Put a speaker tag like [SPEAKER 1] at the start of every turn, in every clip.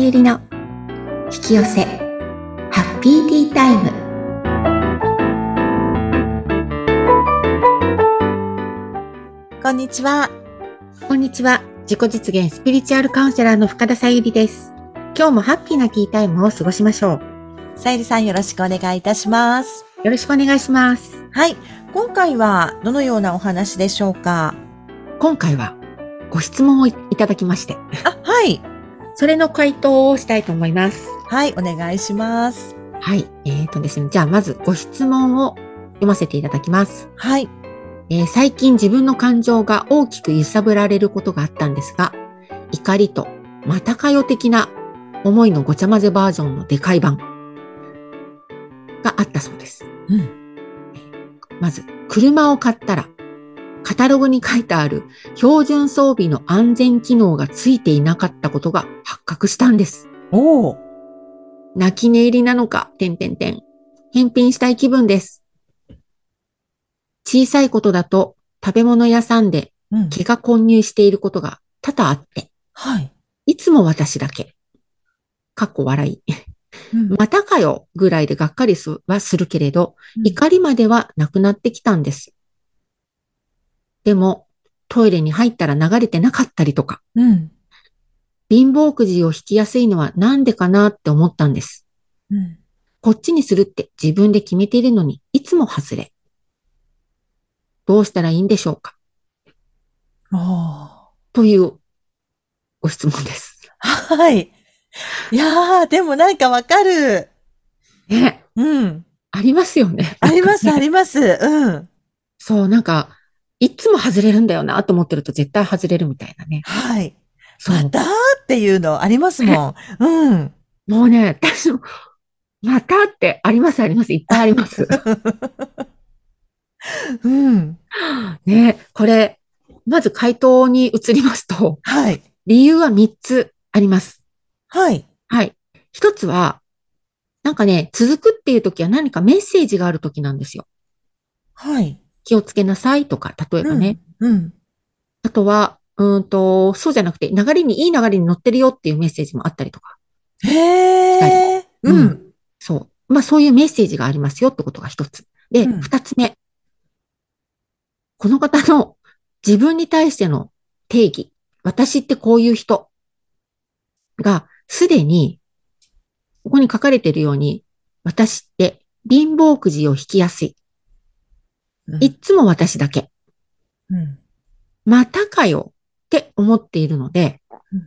[SPEAKER 1] ゆりの引き寄せハッピーティータイム
[SPEAKER 2] こんにちは。
[SPEAKER 1] こんにちは自己実現スピリチュアルカウンセラーの深田さゆりです今日もハッピーなティータイムを過ごしましょう
[SPEAKER 2] さゆりさんよろしくお願いいたします。
[SPEAKER 1] よろしくお願いします
[SPEAKER 2] はい。今回はどのようなお話でしょ うか
[SPEAKER 1] 今回はご質問をいただきまして
[SPEAKER 2] あ、はい。
[SPEAKER 1] それの回答をしたいと思います
[SPEAKER 2] はい、お願いします。
[SPEAKER 1] はいえーとですねじゃあまずご質問を読ませていただきます
[SPEAKER 2] はい。
[SPEAKER 1] えー最近自分の感情が大きく揺さぶられることがあったんですが、怒りとまたかよ的な思いのごちゃ混ぜバージョンのでかい版があったそうです。
[SPEAKER 2] うん。
[SPEAKER 1] まず、車を買ったら、カタログに書いてある標準装備の安全機能がついていなかったことが発覚したんです。
[SPEAKER 2] おお。
[SPEAKER 1] 泣き寝入りなのか、てんてんてん。返品したい気分です。小さいことだと、食べ物屋さんで
[SPEAKER 2] うん
[SPEAKER 1] 毛が混入していることが多々あって、
[SPEAKER 2] はい。
[SPEAKER 1] いつも私だけ。かっこ笑い。
[SPEAKER 2] うん
[SPEAKER 1] またかよぐらいでがっかりすはするけれど、怒りまではなくなってきたんです。でも、トイレに入ったら流れてなかったりとか、
[SPEAKER 2] うん。
[SPEAKER 1] 貧乏くじを引きやすいのはなんでかなって思ったんです。
[SPEAKER 2] うん。
[SPEAKER 1] こっちにするって自分で決めているのに、いつも外れ。どうしたらいいんでしょうか
[SPEAKER 2] おお。
[SPEAKER 1] というご質問です。
[SPEAKER 2] はい。いやー、でもなんかわかる。
[SPEAKER 1] ね、
[SPEAKER 2] うん。
[SPEAKER 1] ありますよね。
[SPEAKER 2] あります、
[SPEAKER 1] なん
[SPEAKER 2] あ
[SPEAKER 1] かね
[SPEAKER 2] ります。うん。
[SPEAKER 1] そう、なんか、いつも外れるんだよなと思ってると絶対外れるみたいなね。
[SPEAKER 2] はい。
[SPEAKER 1] そう。
[SPEAKER 2] またっていうのありますもん。うん。
[SPEAKER 1] もうね、私も、またってありますあります。いっぱいあり ます。
[SPEAKER 2] うん。
[SPEAKER 1] ね、これ、まず回答に移りますと、
[SPEAKER 2] はい。
[SPEAKER 1] 理由は3つあります。
[SPEAKER 2] はい。
[SPEAKER 1] はい。一つは、なんかね、続くっていう時は何かメッセージがある時なんですよ。
[SPEAKER 2] はい。
[SPEAKER 1] 気をつけなさいとか、例えばね。
[SPEAKER 2] うん。うん。
[SPEAKER 1] あとは、うーんと、そうじゃなくて、流れに、いい流れに乗ってるよっていうメッセージもあったりとか。
[SPEAKER 2] へえ。うん。
[SPEAKER 1] そう。まあそういうメッセージがありますよってことが一つ。で、
[SPEAKER 2] うん
[SPEAKER 1] 二、つ目。この方の自分に対しての定義。私ってこういう人がすでに、ここに書かれているように、私って貧乏くじを引きやすい。いっつも私だけ。
[SPEAKER 2] うん。
[SPEAKER 1] またかよって思っているので
[SPEAKER 2] うん、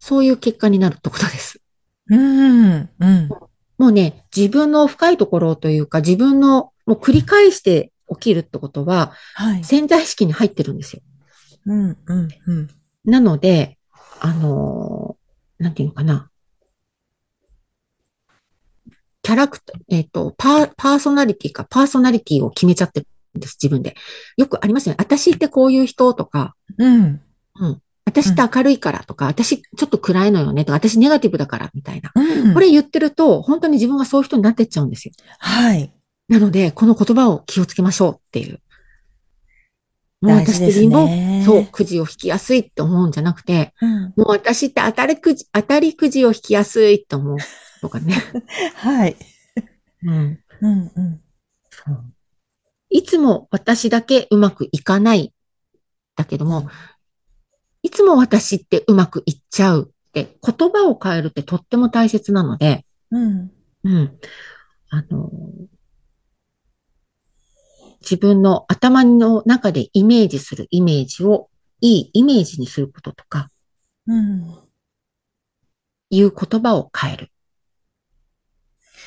[SPEAKER 1] そういう結果になるってことです。
[SPEAKER 2] うん。うん。
[SPEAKER 1] もうね、自分の深いところというか、自分の、もう繰り返して起きるってことは、
[SPEAKER 2] はい。
[SPEAKER 1] 潜在意識に入ってるんですよ。
[SPEAKER 2] うん。うん。うん。
[SPEAKER 1] なので、あのーなんていうのかな。キャラクター、えっ、と、パー、パーソナリティか、パーソナリティを決めちゃってるんです、自分で。よくありますよね。私ってこういう人とか、
[SPEAKER 2] うん。
[SPEAKER 1] 私って明るいからとか、私ちょっと暗いのよねとか、私ネガティブだからみたいな。
[SPEAKER 2] うん。
[SPEAKER 1] これ言ってると、本当に自分がそういう人になってっちゃうんですよ。
[SPEAKER 2] はい。
[SPEAKER 1] なので、この言葉を気をつけましょうっていう。もう
[SPEAKER 2] 大
[SPEAKER 1] 私
[SPEAKER 2] 事
[SPEAKER 1] って
[SPEAKER 2] です
[SPEAKER 1] 貧乏、
[SPEAKER 2] ね。
[SPEAKER 1] そう、。くじを引きやすいって思うんじゃなくて、
[SPEAKER 2] うん。
[SPEAKER 1] もう私って当たりくじ、当たりくじを引きやすいって思うとかね。
[SPEAKER 2] はい。
[SPEAKER 1] うん。
[SPEAKER 2] うん。うん。
[SPEAKER 1] そう。いつも私だけうまくいかない。だけども、いつも私ってうまくいっちゃうって、言葉を変えるってとっても大切なので、
[SPEAKER 2] うん。
[SPEAKER 1] うん。あの、自分の頭の中でイメージするイメージをいいイメージにすることとか、
[SPEAKER 2] うん。
[SPEAKER 1] いう言葉を変える。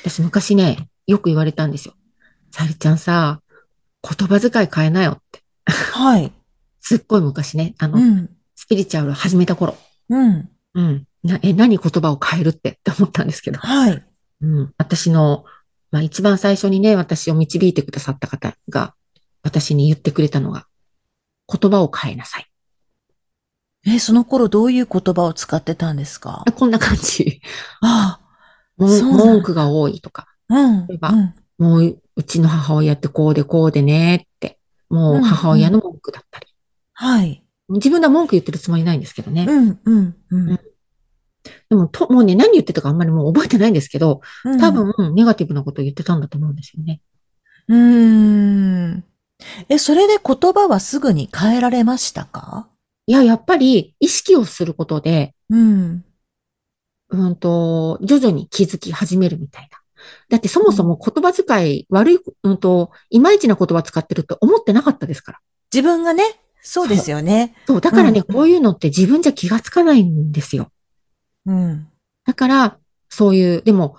[SPEAKER 1] 私昔ね、よく言われたんですよ。さゆりちゃんさ、言葉遣い変えなよって。
[SPEAKER 2] はい。
[SPEAKER 1] すっごい昔ね、あの、
[SPEAKER 2] うん。
[SPEAKER 1] スピリチュアルを始めた頃。
[SPEAKER 2] うん。
[SPEAKER 1] うん。なえ、何言葉を変えるってって思ったんですけど。
[SPEAKER 2] はい。
[SPEAKER 1] うん、私の、まあ、一番最初にね、私を導いてくださった方が、私に言ってくれたのが、言葉を変えなさい。
[SPEAKER 2] え、その頃どういう言葉を使ってたんですか
[SPEAKER 1] あこんな感じ。
[SPEAKER 2] あ
[SPEAKER 1] も
[SPEAKER 2] そうなんだ
[SPEAKER 1] 文句が多いとか、
[SPEAKER 2] あ。うん。うん。
[SPEAKER 1] もううちの母親ってこうでこうでねって、もう母親の文句だったり。
[SPEAKER 2] はい。
[SPEAKER 1] 自分では文句言ってるつもりないんですけどね。
[SPEAKER 2] うん。うん。うん。
[SPEAKER 1] でも、と、もうね、何言ってたかあんまりもう覚えてないんですけど、
[SPEAKER 2] うん
[SPEAKER 1] 多。分、ネガティブなことを言ってたんだと思うんですよね。
[SPEAKER 2] うーん。え、それで言葉はすぐに変えられましたか
[SPEAKER 1] いや、やっぱり、意識をすることで、
[SPEAKER 2] うん。
[SPEAKER 1] うんと、徐々に気づき始めるみたいな。だってそもそも言葉遣い、悪い、うんと、いまいちな言葉使ってると思ってなかったですから。
[SPEAKER 2] 自分がね、そうですよね。
[SPEAKER 1] そう、だからね、
[SPEAKER 2] うん
[SPEAKER 1] こういうのって自分じゃ気がつかないんですよ。
[SPEAKER 2] うん。
[SPEAKER 1] だから、そういう、でも、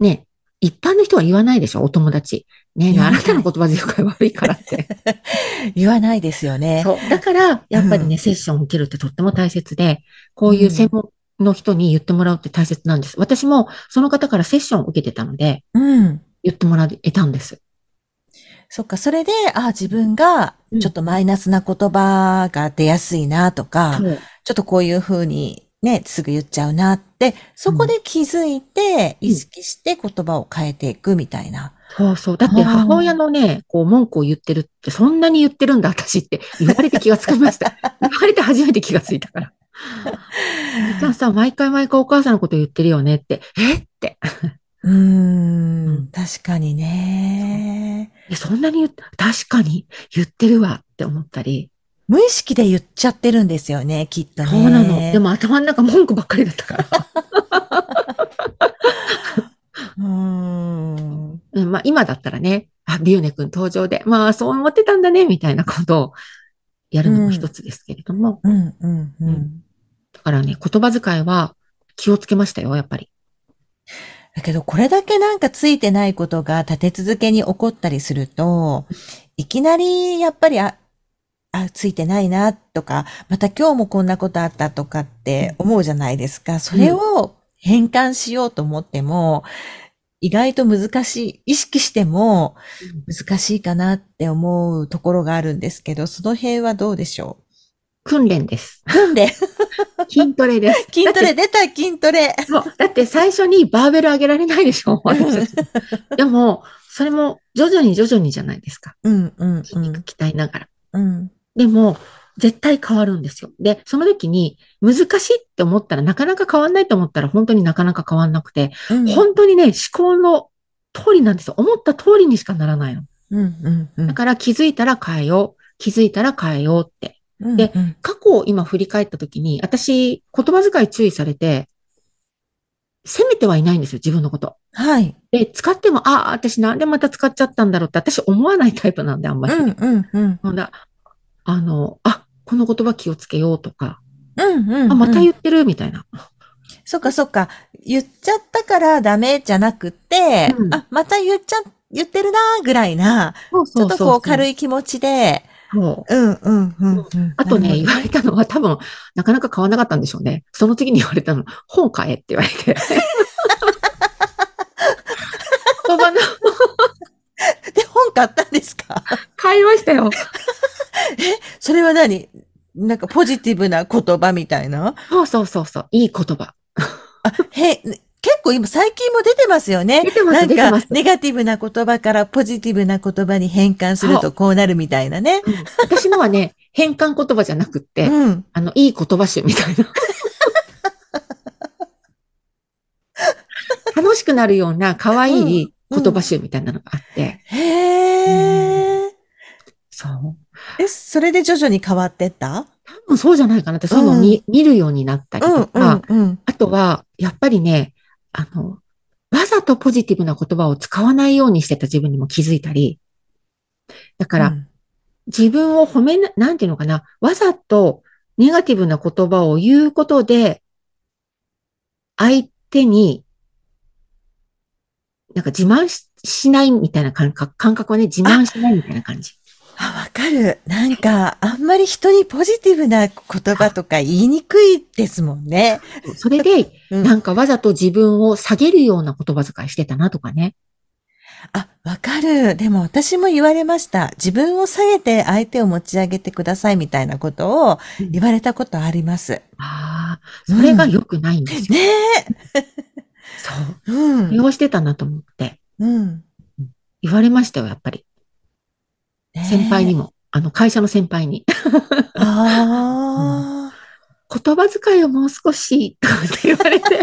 [SPEAKER 1] ね、一般の人は言わないでしょ、お友達。ねえ、
[SPEAKER 2] 言わ
[SPEAKER 1] あ
[SPEAKER 2] ない
[SPEAKER 1] なたの言葉遣い悪いから って。
[SPEAKER 2] 言わないですよね。
[SPEAKER 1] そう。だから、やっぱりね、
[SPEAKER 2] うん
[SPEAKER 1] セッションを受けるってとっても大切で、こういう専門の人に言ってもらうって大切なんです。私も、その方からセッションを受けてたので、
[SPEAKER 2] うん。
[SPEAKER 1] 言ってもらえたんです。
[SPEAKER 2] そっか、それで、あ自分が
[SPEAKER 1] うん、
[SPEAKER 2] ちょっとマイナスな言葉が出やすいなとか、ちょっとこういう風にね、すぐ言っちゃうなって、そこで気づいて、
[SPEAKER 1] ん
[SPEAKER 2] 意識して言葉を変えていくみたいな。
[SPEAKER 1] そうそう。だって
[SPEAKER 2] あー
[SPEAKER 1] 母親のね、こう文句を言ってるって、そんなに言ってるんだ、私って言われて気がつきま した。言われて初めて気がついたから。お母さん、毎回毎回お母さんのこと言ってるよねって、えって。
[SPEAKER 2] うー
[SPEAKER 1] うんん、
[SPEAKER 2] 確かにね。
[SPEAKER 1] えそんなに言っ確かに言ってるわって思ったり。
[SPEAKER 2] 無意識で言っちゃってるんですよね、きっとね。
[SPEAKER 1] そうなの。でも頭の中文句ばっかりだったから。
[SPEAKER 2] うーん。
[SPEAKER 1] うん、まあ今だったらね、あ、ビューネ君登場で、まあそう思ってたんだね、みたいなことをやるのも一つですけれども。
[SPEAKER 2] うん、うん、う。
[SPEAKER 1] うんだからね、言葉遣いは気をつけましたよ、やっぱり。
[SPEAKER 2] だけど、これだけなんかついてないことが立て続けに起こったりすると、いきなり、やっぱり、あ、あ、ついてないな、とか、また今日もこんなことあったとかって思うじゃないですか。それを変換しようと思っても、意外と難しい、意識しても難しいかなって思うところがあるんですけど、その辺はどうでしょ
[SPEAKER 1] 訓練です。
[SPEAKER 2] う なんで
[SPEAKER 1] 筋トレ です。
[SPEAKER 2] 筋ト
[SPEAKER 1] だっ
[SPEAKER 2] レ出た筋トレ
[SPEAKER 1] てそう。だって最初にバーベル上げられないでしょ私たちでも、それも徐々に徐々にじゃないですか。
[SPEAKER 2] うん、うん、
[SPEAKER 1] 筋肉鍛えながら。
[SPEAKER 2] うん、
[SPEAKER 1] でも、絶対変わるんですよ。で、その時に難しいって思ったら、なかなか変わんないと思ったら、本当になかなか変わんなくて、
[SPEAKER 2] うん。
[SPEAKER 1] 本当にね、思考の通りなんですよ。思った通りにしかならないの。
[SPEAKER 2] うん、うん、うん
[SPEAKER 1] だ。から気づいたら変えよう。気づいたら変えようって。
[SPEAKER 2] で、うん
[SPEAKER 1] 過去を今振り返った時に、私、言葉遣い注意されて、責めてはいないんですよ、自分のこと。
[SPEAKER 2] はい。
[SPEAKER 1] で、使っても、ああ、私なんでまた使っちゃったんだろうって、私思わないタイプなんで、あんまり。
[SPEAKER 2] うんうんうん。
[SPEAKER 1] ほんだ、あの、あ、この言葉気をつけようとか、
[SPEAKER 2] うんうん、うん。
[SPEAKER 1] あ、また言ってるみたいな。
[SPEAKER 2] そっかそっか。言っちゃったからダメじゃなくて、
[SPEAKER 1] うん
[SPEAKER 2] あ、また言っちゃ、言ってるなーぐらいな、
[SPEAKER 1] そう
[SPEAKER 2] ちょっとこう軽
[SPEAKER 1] い。
[SPEAKER 2] い気持ちで、
[SPEAKER 1] そう
[SPEAKER 2] うんうんうんうん。
[SPEAKER 1] あとね、言
[SPEAKER 2] なる
[SPEAKER 1] われたのは多分、なかなか買わなかったんでしょうね。その次に言われたの、本買えって言われ て。言葉の、
[SPEAKER 2] ほどで、本買ったんですか
[SPEAKER 1] 買いましたよ。
[SPEAKER 2] それは何なんかポジティブな言葉みたいな
[SPEAKER 1] そうそうそうそう、いい言葉。
[SPEAKER 2] あ、へ、結構今最近も出てますよね。
[SPEAKER 1] 出てます
[SPEAKER 2] なんか
[SPEAKER 1] 出てます
[SPEAKER 2] ネガティブな言葉からポジティブな言葉に変換する
[SPEAKER 1] そ
[SPEAKER 2] とこうなるみたいなね。
[SPEAKER 1] うん私のはね、 変換言葉じゃなくって、
[SPEAKER 2] うん。
[SPEAKER 1] あの、いい言葉集みたい な。楽しくなるような可愛い言葉集みたいなのがあって、
[SPEAKER 2] へー。
[SPEAKER 1] そう。
[SPEAKER 2] え、それで徐々に変わってった
[SPEAKER 1] 多分そうじゃないかなって、そういうのを見,、見るようになったりとか、
[SPEAKER 2] うん。
[SPEAKER 1] あとは、やっぱりね、あの、わざとポジティブな言葉を使わないようにしてた自分にも気づいたり、だから、自分を褒めな、なんていうのかな、わざとネガティブな言葉を言うことで、相手に、なんか自慢ししないみたいな感覚、感覚はね、自慢しないみたいな感じ。
[SPEAKER 2] あ、わかる。なんか、あんまり人にポジティブな言葉とか言いにくいですもんね。
[SPEAKER 1] それで、
[SPEAKER 2] うん
[SPEAKER 1] なんかわざと自分を下げるような言葉遣いしてたなとかね。
[SPEAKER 2] あ、わかる。でも私も言われました。自分を下げて相手を持ち上げてくださいみたいなことを
[SPEAKER 1] うん
[SPEAKER 2] 言われたことあります。
[SPEAKER 1] ああ、それが良くないんですよ。
[SPEAKER 2] ね
[SPEAKER 1] そう。
[SPEAKER 2] え。う
[SPEAKER 1] 利
[SPEAKER 2] ん。
[SPEAKER 1] 用してたなと思って。
[SPEAKER 2] うん。
[SPEAKER 1] 言われましたよ、やっぱり。
[SPEAKER 2] ねえ
[SPEAKER 1] 先輩に。も。あの、会社の先輩に。
[SPEAKER 2] ああ。
[SPEAKER 1] 言 言葉遣いをもう少し、とかって言われて、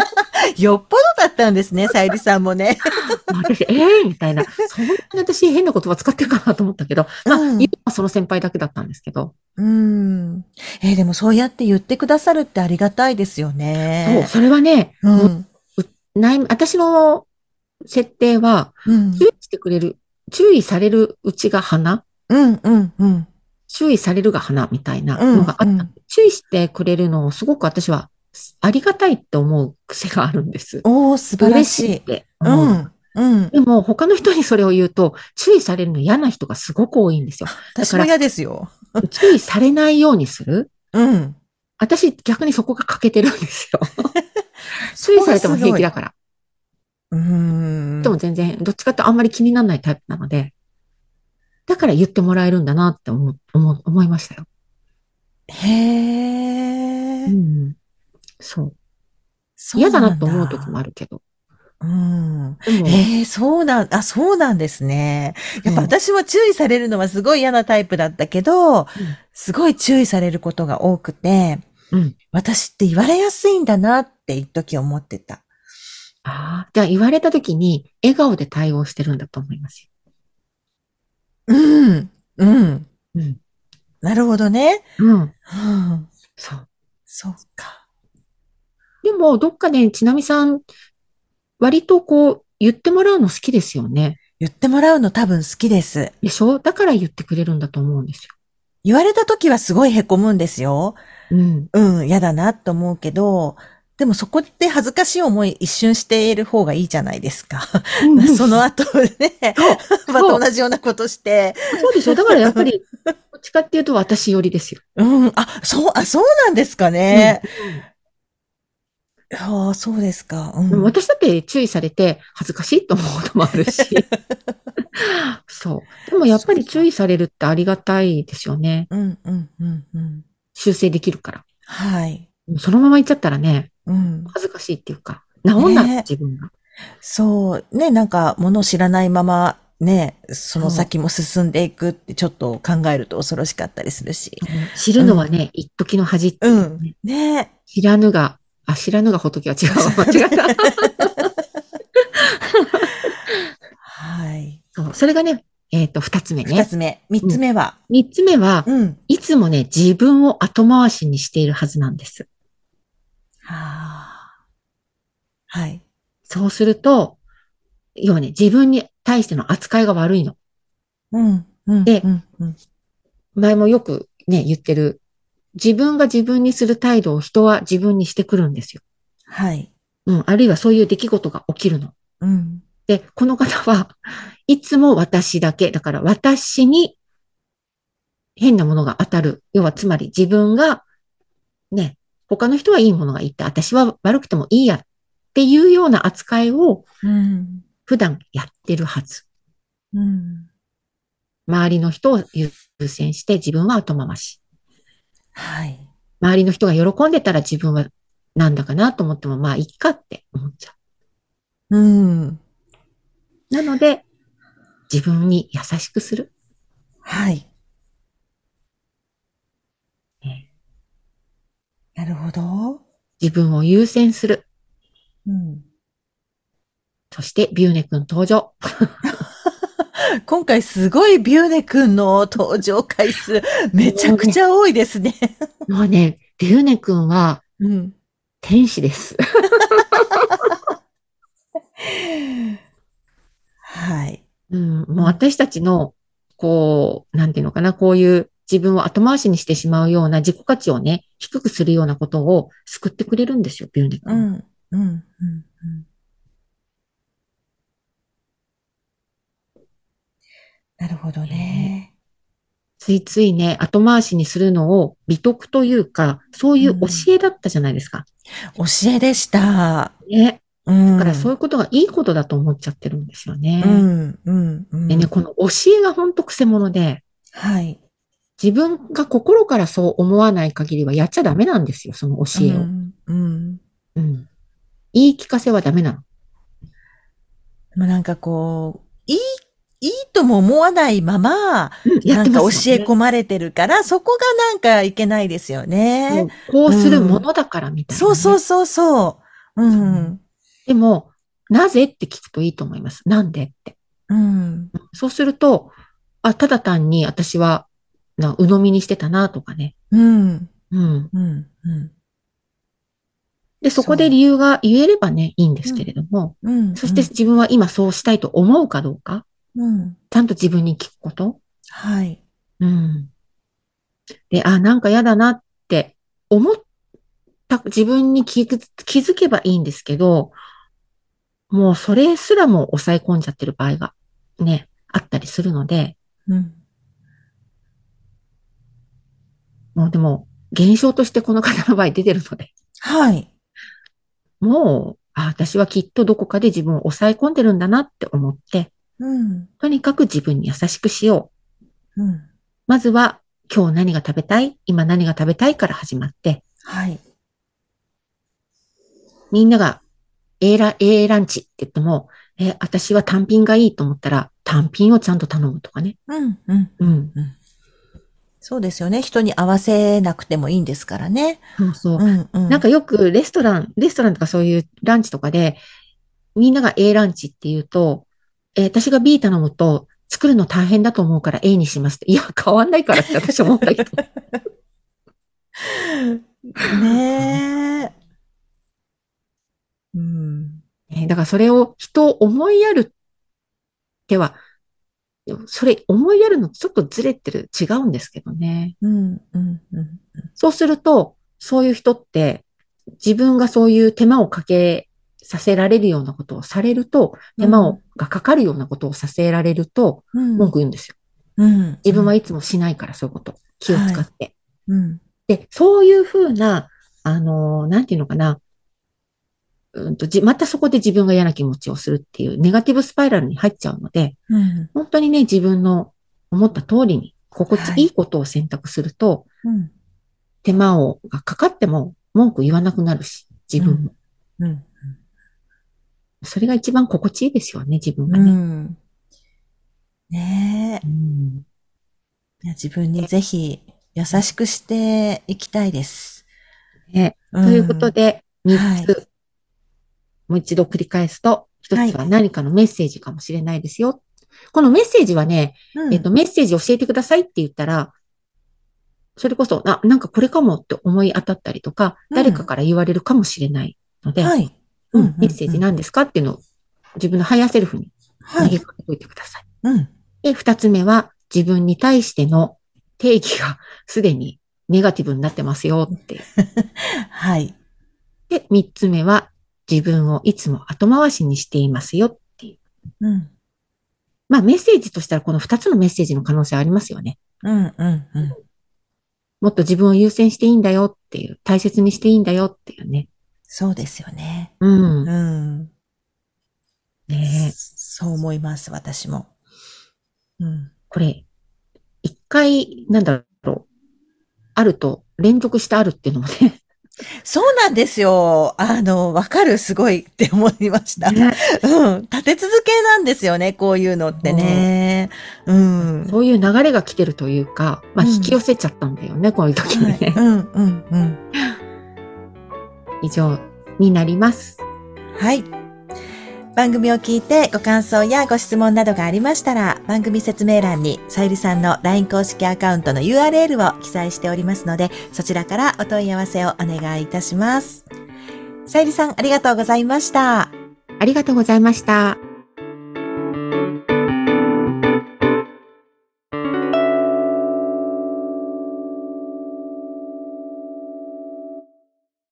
[SPEAKER 2] よっぽどだったんです ね、さゆりさんもね。
[SPEAKER 1] 私、ええみたいな。 そんなに私変な言葉使ってるかなと思ったけど、まあ、
[SPEAKER 2] うん
[SPEAKER 1] 今はその先輩だけだったんですけど、
[SPEAKER 2] うん。えーでもそうやって言ってくださるってありがたいですよ
[SPEAKER 1] そう、
[SPEAKER 2] ね。
[SPEAKER 1] それはね、
[SPEAKER 2] う。
[SPEAKER 1] うんない、私の設定は、
[SPEAKER 2] うん
[SPEAKER 1] 注。意してくれる、注意されるうちが花、
[SPEAKER 2] うん。うん。うん。
[SPEAKER 1] 注意されるが花みたいなのがあった。
[SPEAKER 2] うんうん
[SPEAKER 1] 注意してくれるのをすごく私はありがたいって思う癖があるんです。
[SPEAKER 2] おー、素晴ら
[SPEAKER 1] 嬉
[SPEAKER 2] し
[SPEAKER 1] しいっ
[SPEAKER 2] い。
[SPEAKER 1] て
[SPEAKER 2] う
[SPEAKER 1] 思う。
[SPEAKER 2] ん。うん。
[SPEAKER 1] でも他の人にそれを言うと、注意されるの嫌な人がすごく多いんです よ。
[SPEAKER 2] 私も嫌ですよ。
[SPEAKER 1] 注意されないようにする
[SPEAKER 2] うん。
[SPEAKER 1] 私逆にそこが欠けてるんです よ。
[SPEAKER 2] そ
[SPEAKER 1] 注意されても平気だ
[SPEAKER 2] か
[SPEAKER 1] から。
[SPEAKER 2] ら。うーん。
[SPEAKER 1] でも全然、どっちかってあんまり気にならないタイプなので、だから言ってもらえるんだなって思う、思う、思いましたよ。
[SPEAKER 2] へ
[SPEAKER 1] う
[SPEAKER 2] ー。
[SPEAKER 1] ん。そう。
[SPEAKER 2] そう
[SPEAKER 1] 嫌だ
[SPEAKER 2] なん
[SPEAKER 1] なと思う時もあるけど。
[SPEAKER 2] うん。
[SPEAKER 1] でも、
[SPEAKER 2] ええそうなん、あ、そうなんですね。やっぱ
[SPEAKER 1] うん
[SPEAKER 2] 私も注意されるのはすごい嫌なタイプだったけど、すごい注意されることが多くて、
[SPEAKER 1] うん
[SPEAKER 2] 私って言われやすいんだなって一時思ってた。
[SPEAKER 1] ああ、じゃあ言われた時に笑顔で対応してるんだと思います
[SPEAKER 2] うん。うん。
[SPEAKER 1] よ。うん。
[SPEAKER 2] なるほどね。
[SPEAKER 1] うん。
[SPEAKER 2] うん。
[SPEAKER 1] そう。
[SPEAKER 2] そうか。
[SPEAKER 1] でも、どっかで、ちなみさん、割とこう、言ってもらうの好きですよね。
[SPEAKER 2] 言ってもらうの多分好きです。
[SPEAKER 1] でしょだから言ってくれるんだと思うんです
[SPEAKER 2] 言われた時はすごい凹むんですよ。
[SPEAKER 1] よ。うん。
[SPEAKER 2] うん、嫌だなと思うけど、でもそこって恥ずかしい思い一瞬している方がいいじゃないで すか。その後ね、また同じようなことして。
[SPEAKER 1] そうでしょだからやっぱり、どっちかっていうと私寄りですよ。
[SPEAKER 2] うん、あ、そう、あ、そうなんですかね。ああ、そうですか。う
[SPEAKER 1] でも
[SPEAKER 2] ん。
[SPEAKER 1] 私だって注意されて恥ずかしいと思うこともあるし。そう。でもやっぱり注意されるってありがたいですよね。
[SPEAKER 2] うん、うん、うん、うん。
[SPEAKER 1] 修正できるから。
[SPEAKER 2] はい。
[SPEAKER 1] そのまま言っちゃったらね、
[SPEAKER 2] うん。
[SPEAKER 1] 恥ずかしいっていうか、治んない、
[SPEAKER 2] ね
[SPEAKER 1] 自分が。
[SPEAKER 2] そう、ね、なんか、もの知らないまま、ね、その先も進んでいくってちょっと考えると恐ろしかったりするし。
[SPEAKER 1] 知るのはね、一時の恥っていううね、
[SPEAKER 2] ん。ね。
[SPEAKER 1] 知らぬが、あ、知らぬが仏は違う。間違えた。
[SPEAKER 2] はい。
[SPEAKER 1] そうそれがね、えっ、と、二つ目
[SPEAKER 2] 二
[SPEAKER 1] ね。
[SPEAKER 2] つ目。三つ目は、
[SPEAKER 1] 三つ目は、
[SPEAKER 2] うん。
[SPEAKER 1] いつもね、自分を後回しにしているはずなんです。
[SPEAKER 2] はあ。はい。
[SPEAKER 1] そうすると、要はね、自分に対しての扱いが悪いの。
[SPEAKER 2] うん。うん。
[SPEAKER 1] で
[SPEAKER 2] うん。うん
[SPEAKER 1] 前もよくね、言ってる。自分が自分にする態度を人は自分にしてくるんですよ。
[SPEAKER 2] はい。
[SPEAKER 1] うん。あるいはそういう出来事が起きるの。
[SPEAKER 2] うん。
[SPEAKER 1] で、この方は、いつも私だけ。だから私に変なものが当たる。要はつまり自分が、ね、他の人はいいものがいいって、私は悪くてもいいやっていうような扱いを
[SPEAKER 2] うん。
[SPEAKER 1] 普段やってるはず。
[SPEAKER 2] うん。
[SPEAKER 1] 周りの人を優先して自分は後回し。
[SPEAKER 2] はい。
[SPEAKER 1] 周りの人が喜んでたら自分はなんだかなと思っても、まあ、いっかって思っちゃ
[SPEAKER 2] うん。
[SPEAKER 1] う。なので、自分に優しくする。
[SPEAKER 2] はい
[SPEAKER 1] ね。
[SPEAKER 2] なるほど。
[SPEAKER 1] 自分を優先する。
[SPEAKER 2] うん。
[SPEAKER 1] そして、ビューネ君登場。
[SPEAKER 2] 今回すごいビューネ君の登場回数、めちゃくちゃ多いですね。
[SPEAKER 1] もうね、ビューネ君は
[SPEAKER 2] うん。
[SPEAKER 1] 天使です。
[SPEAKER 2] はい。
[SPEAKER 1] うん、もう私たちの、こう、なんていうのかな、こういう自分を後回しにしてしまうような自己価値をね、低くするようなことを救ってくれるんですよ、ビューネ君。
[SPEAKER 2] うん。うん。うん。うんなるほどね。
[SPEAKER 1] ついついね、後回しにするのを美徳というか、そういう教えだったじゃないですか。
[SPEAKER 2] 教えでした。
[SPEAKER 1] ね。
[SPEAKER 2] うん。
[SPEAKER 1] だからそういうことがいいことだと思っちゃってるんですよね。
[SPEAKER 2] うん。うん。うん。
[SPEAKER 1] でね、この教えがほんと癖者で、
[SPEAKER 2] はい。
[SPEAKER 1] 自分が心からそう思わない限りはやっちゃダメなんですよ、その教えを。
[SPEAKER 2] うん。うん
[SPEAKER 1] うん言い聞かせはダメなの。
[SPEAKER 2] でもなんかこう、言いいいとも思わないまま、
[SPEAKER 1] うんや
[SPEAKER 2] な
[SPEAKER 1] って
[SPEAKER 2] んか教
[SPEAKER 1] ま
[SPEAKER 2] え
[SPEAKER 1] すよね
[SPEAKER 2] 込まれてるから、そこがなんかいけないですよね
[SPEAKER 1] も。うこうするものだからみたいなね、
[SPEAKER 2] そうそうそうそう。う
[SPEAKER 1] そ
[SPEAKER 2] ん。
[SPEAKER 1] でも、なぜって聞くといいと思います。なんでって。
[SPEAKER 2] うん。
[SPEAKER 1] そうすると、あ、ただ単に私は、な、鵜呑みにしてたなとかね。
[SPEAKER 2] うん。
[SPEAKER 1] うん。
[SPEAKER 2] うん。うん。
[SPEAKER 1] で、そこ
[SPEAKER 2] そ
[SPEAKER 1] で
[SPEAKER 2] う
[SPEAKER 1] 理由が言えればね、いいんですけれども、
[SPEAKER 2] うん。
[SPEAKER 1] そして自分は今そうしたいと思うかどうか、
[SPEAKER 2] うん。
[SPEAKER 1] ちゃんと自分に聞くこと。
[SPEAKER 2] はい。
[SPEAKER 1] うん。で、あ、なんか嫌だなって思った自分に気づ気づけばいいんですけど、もうそれすらも抑え込んじゃってる場合がね、あったりするので、
[SPEAKER 2] うん。
[SPEAKER 1] もうでも、現象としてこの方の場合出てるので、
[SPEAKER 2] はい。
[SPEAKER 1] もう、あ、私はきっとどこかで自分を抑え込んでるんだなって思って、
[SPEAKER 2] うん。
[SPEAKER 1] とにかく自分に優しくしよう。
[SPEAKER 2] うん。
[SPEAKER 1] まずは、今日何が食べたい今何が食べたいから始まって、
[SPEAKER 2] はい。
[SPEAKER 1] みんなが A ラ、A ランチって言っても、えー、私は単品がいいと思ったら、単品をちゃんと頼むとかね。
[SPEAKER 2] うん。うん。
[SPEAKER 1] うん。
[SPEAKER 2] そうですよね。人に合わせなくてもいいんですからね。
[SPEAKER 1] そうそうう。
[SPEAKER 2] ん。うん。
[SPEAKER 1] なんかよくレストラン、レストランとかそういうランチとかで、みんなが A ランチって言うと、えー、私が B 頼むと、作るの大変だと思うから A にしますって。いや、変わんないからって私は思った けど。
[SPEAKER 2] ねえ。うん。
[SPEAKER 1] ねだからそれを人を思いやるっては、でもそれ思いやるのちょっとずれてる、違うんですけどね。
[SPEAKER 2] うん。うん。うん。
[SPEAKER 1] そうすると、そういう人って自分がそういう手間をかけさせられるようなことをされると、手間をがかかるようなことをさせられると、
[SPEAKER 2] うん。
[SPEAKER 1] 文句言うんですよ。
[SPEAKER 2] うん。
[SPEAKER 1] 自分はいつもしないからそういうこと、気を使って。
[SPEAKER 2] うん。
[SPEAKER 1] で、そういうふうな、あのーなんていうのかな、うんとじ、またそこで自分が嫌な気持ちをするっていうネガティブスパイラルに入っちゃうので、
[SPEAKER 2] うん。
[SPEAKER 1] 本当にね、自分の思った通りに心地
[SPEAKER 2] はい
[SPEAKER 1] いいことを選択すると、
[SPEAKER 2] うん。
[SPEAKER 1] 手間をがかかっても文句言わなくなるし、自分も。
[SPEAKER 2] うん。
[SPEAKER 1] それが一番心地いいですよね、自分が
[SPEAKER 2] う
[SPEAKER 1] ね。
[SPEAKER 2] ん。ねえ。
[SPEAKER 1] うん
[SPEAKER 2] いや自分にぜひ優しくしていきたいです。
[SPEAKER 1] ね
[SPEAKER 2] と
[SPEAKER 1] ということ、で、
[SPEAKER 2] うん
[SPEAKER 1] 3つ、もう一度繰り返すと、1つは何かのメッセージかもしれないですよ。このメッセージはね、
[SPEAKER 2] うん
[SPEAKER 1] えっと、メッセージ教えてくださいって言ったら、それこそ、な、なんかこれかもって思い当たったりとか、
[SPEAKER 2] うん
[SPEAKER 1] 誰かから言われるかもしれないので、
[SPEAKER 2] はい。
[SPEAKER 1] うん
[SPEAKER 2] うんうん
[SPEAKER 1] メッセージ何ですかっていうのを自分のハイヤーセルフに
[SPEAKER 2] は
[SPEAKER 1] 投げ
[SPEAKER 2] い。
[SPEAKER 1] かけておいてください。
[SPEAKER 2] うん。
[SPEAKER 1] で、二つ目は自分に対しての定義がすでにネガティブになってますよっていう。
[SPEAKER 2] はい。
[SPEAKER 1] で、三つ目は自分をいつも後回しにしていますよっていう。
[SPEAKER 2] うん。
[SPEAKER 1] まあメッセージとしたらこの二つのメッセージの可能性ありますよね。
[SPEAKER 2] うん。うん。うん。
[SPEAKER 1] もっと自分を優先していいんだよっていう、大切にしていいんだよっていうね。
[SPEAKER 2] そうですよね。
[SPEAKER 1] うん。
[SPEAKER 2] うん。
[SPEAKER 1] ねえ
[SPEAKER 2] そう思います、私も。うん。
[SPEAKER 1] これ、一回、なんだろう、あると、連続してあるっていうのもね。
[SPEAKER 2] そうなんですよ。あの、わかる、すごいって思いました。うん。立て続けなんですよね、こういうのってね。うん。
[SPEAKER 1] そういう流れが来てるというか、まあ、
[SPEAKER 2] うん
[SPEAKER 1] 引き寄せちゃったんだよね、こういう時に
[SPEAKER 2] はい
[SPEAKER 1] ね。
[SPEAKER 2] うん、うん、うん。
[SPEAKER 1] 以上になります。
[SPEAKER 2] はい。番組を聞いてご感想やご質問などがありましたら、番組説明欄にさゆりさんの LINE 公式アカウントの URL を記載しておりますので、そちらからお問い合わせをお願いいたします。さゆりさん、ありがとうございました。
[SPEAKER 1] ありがとうございました。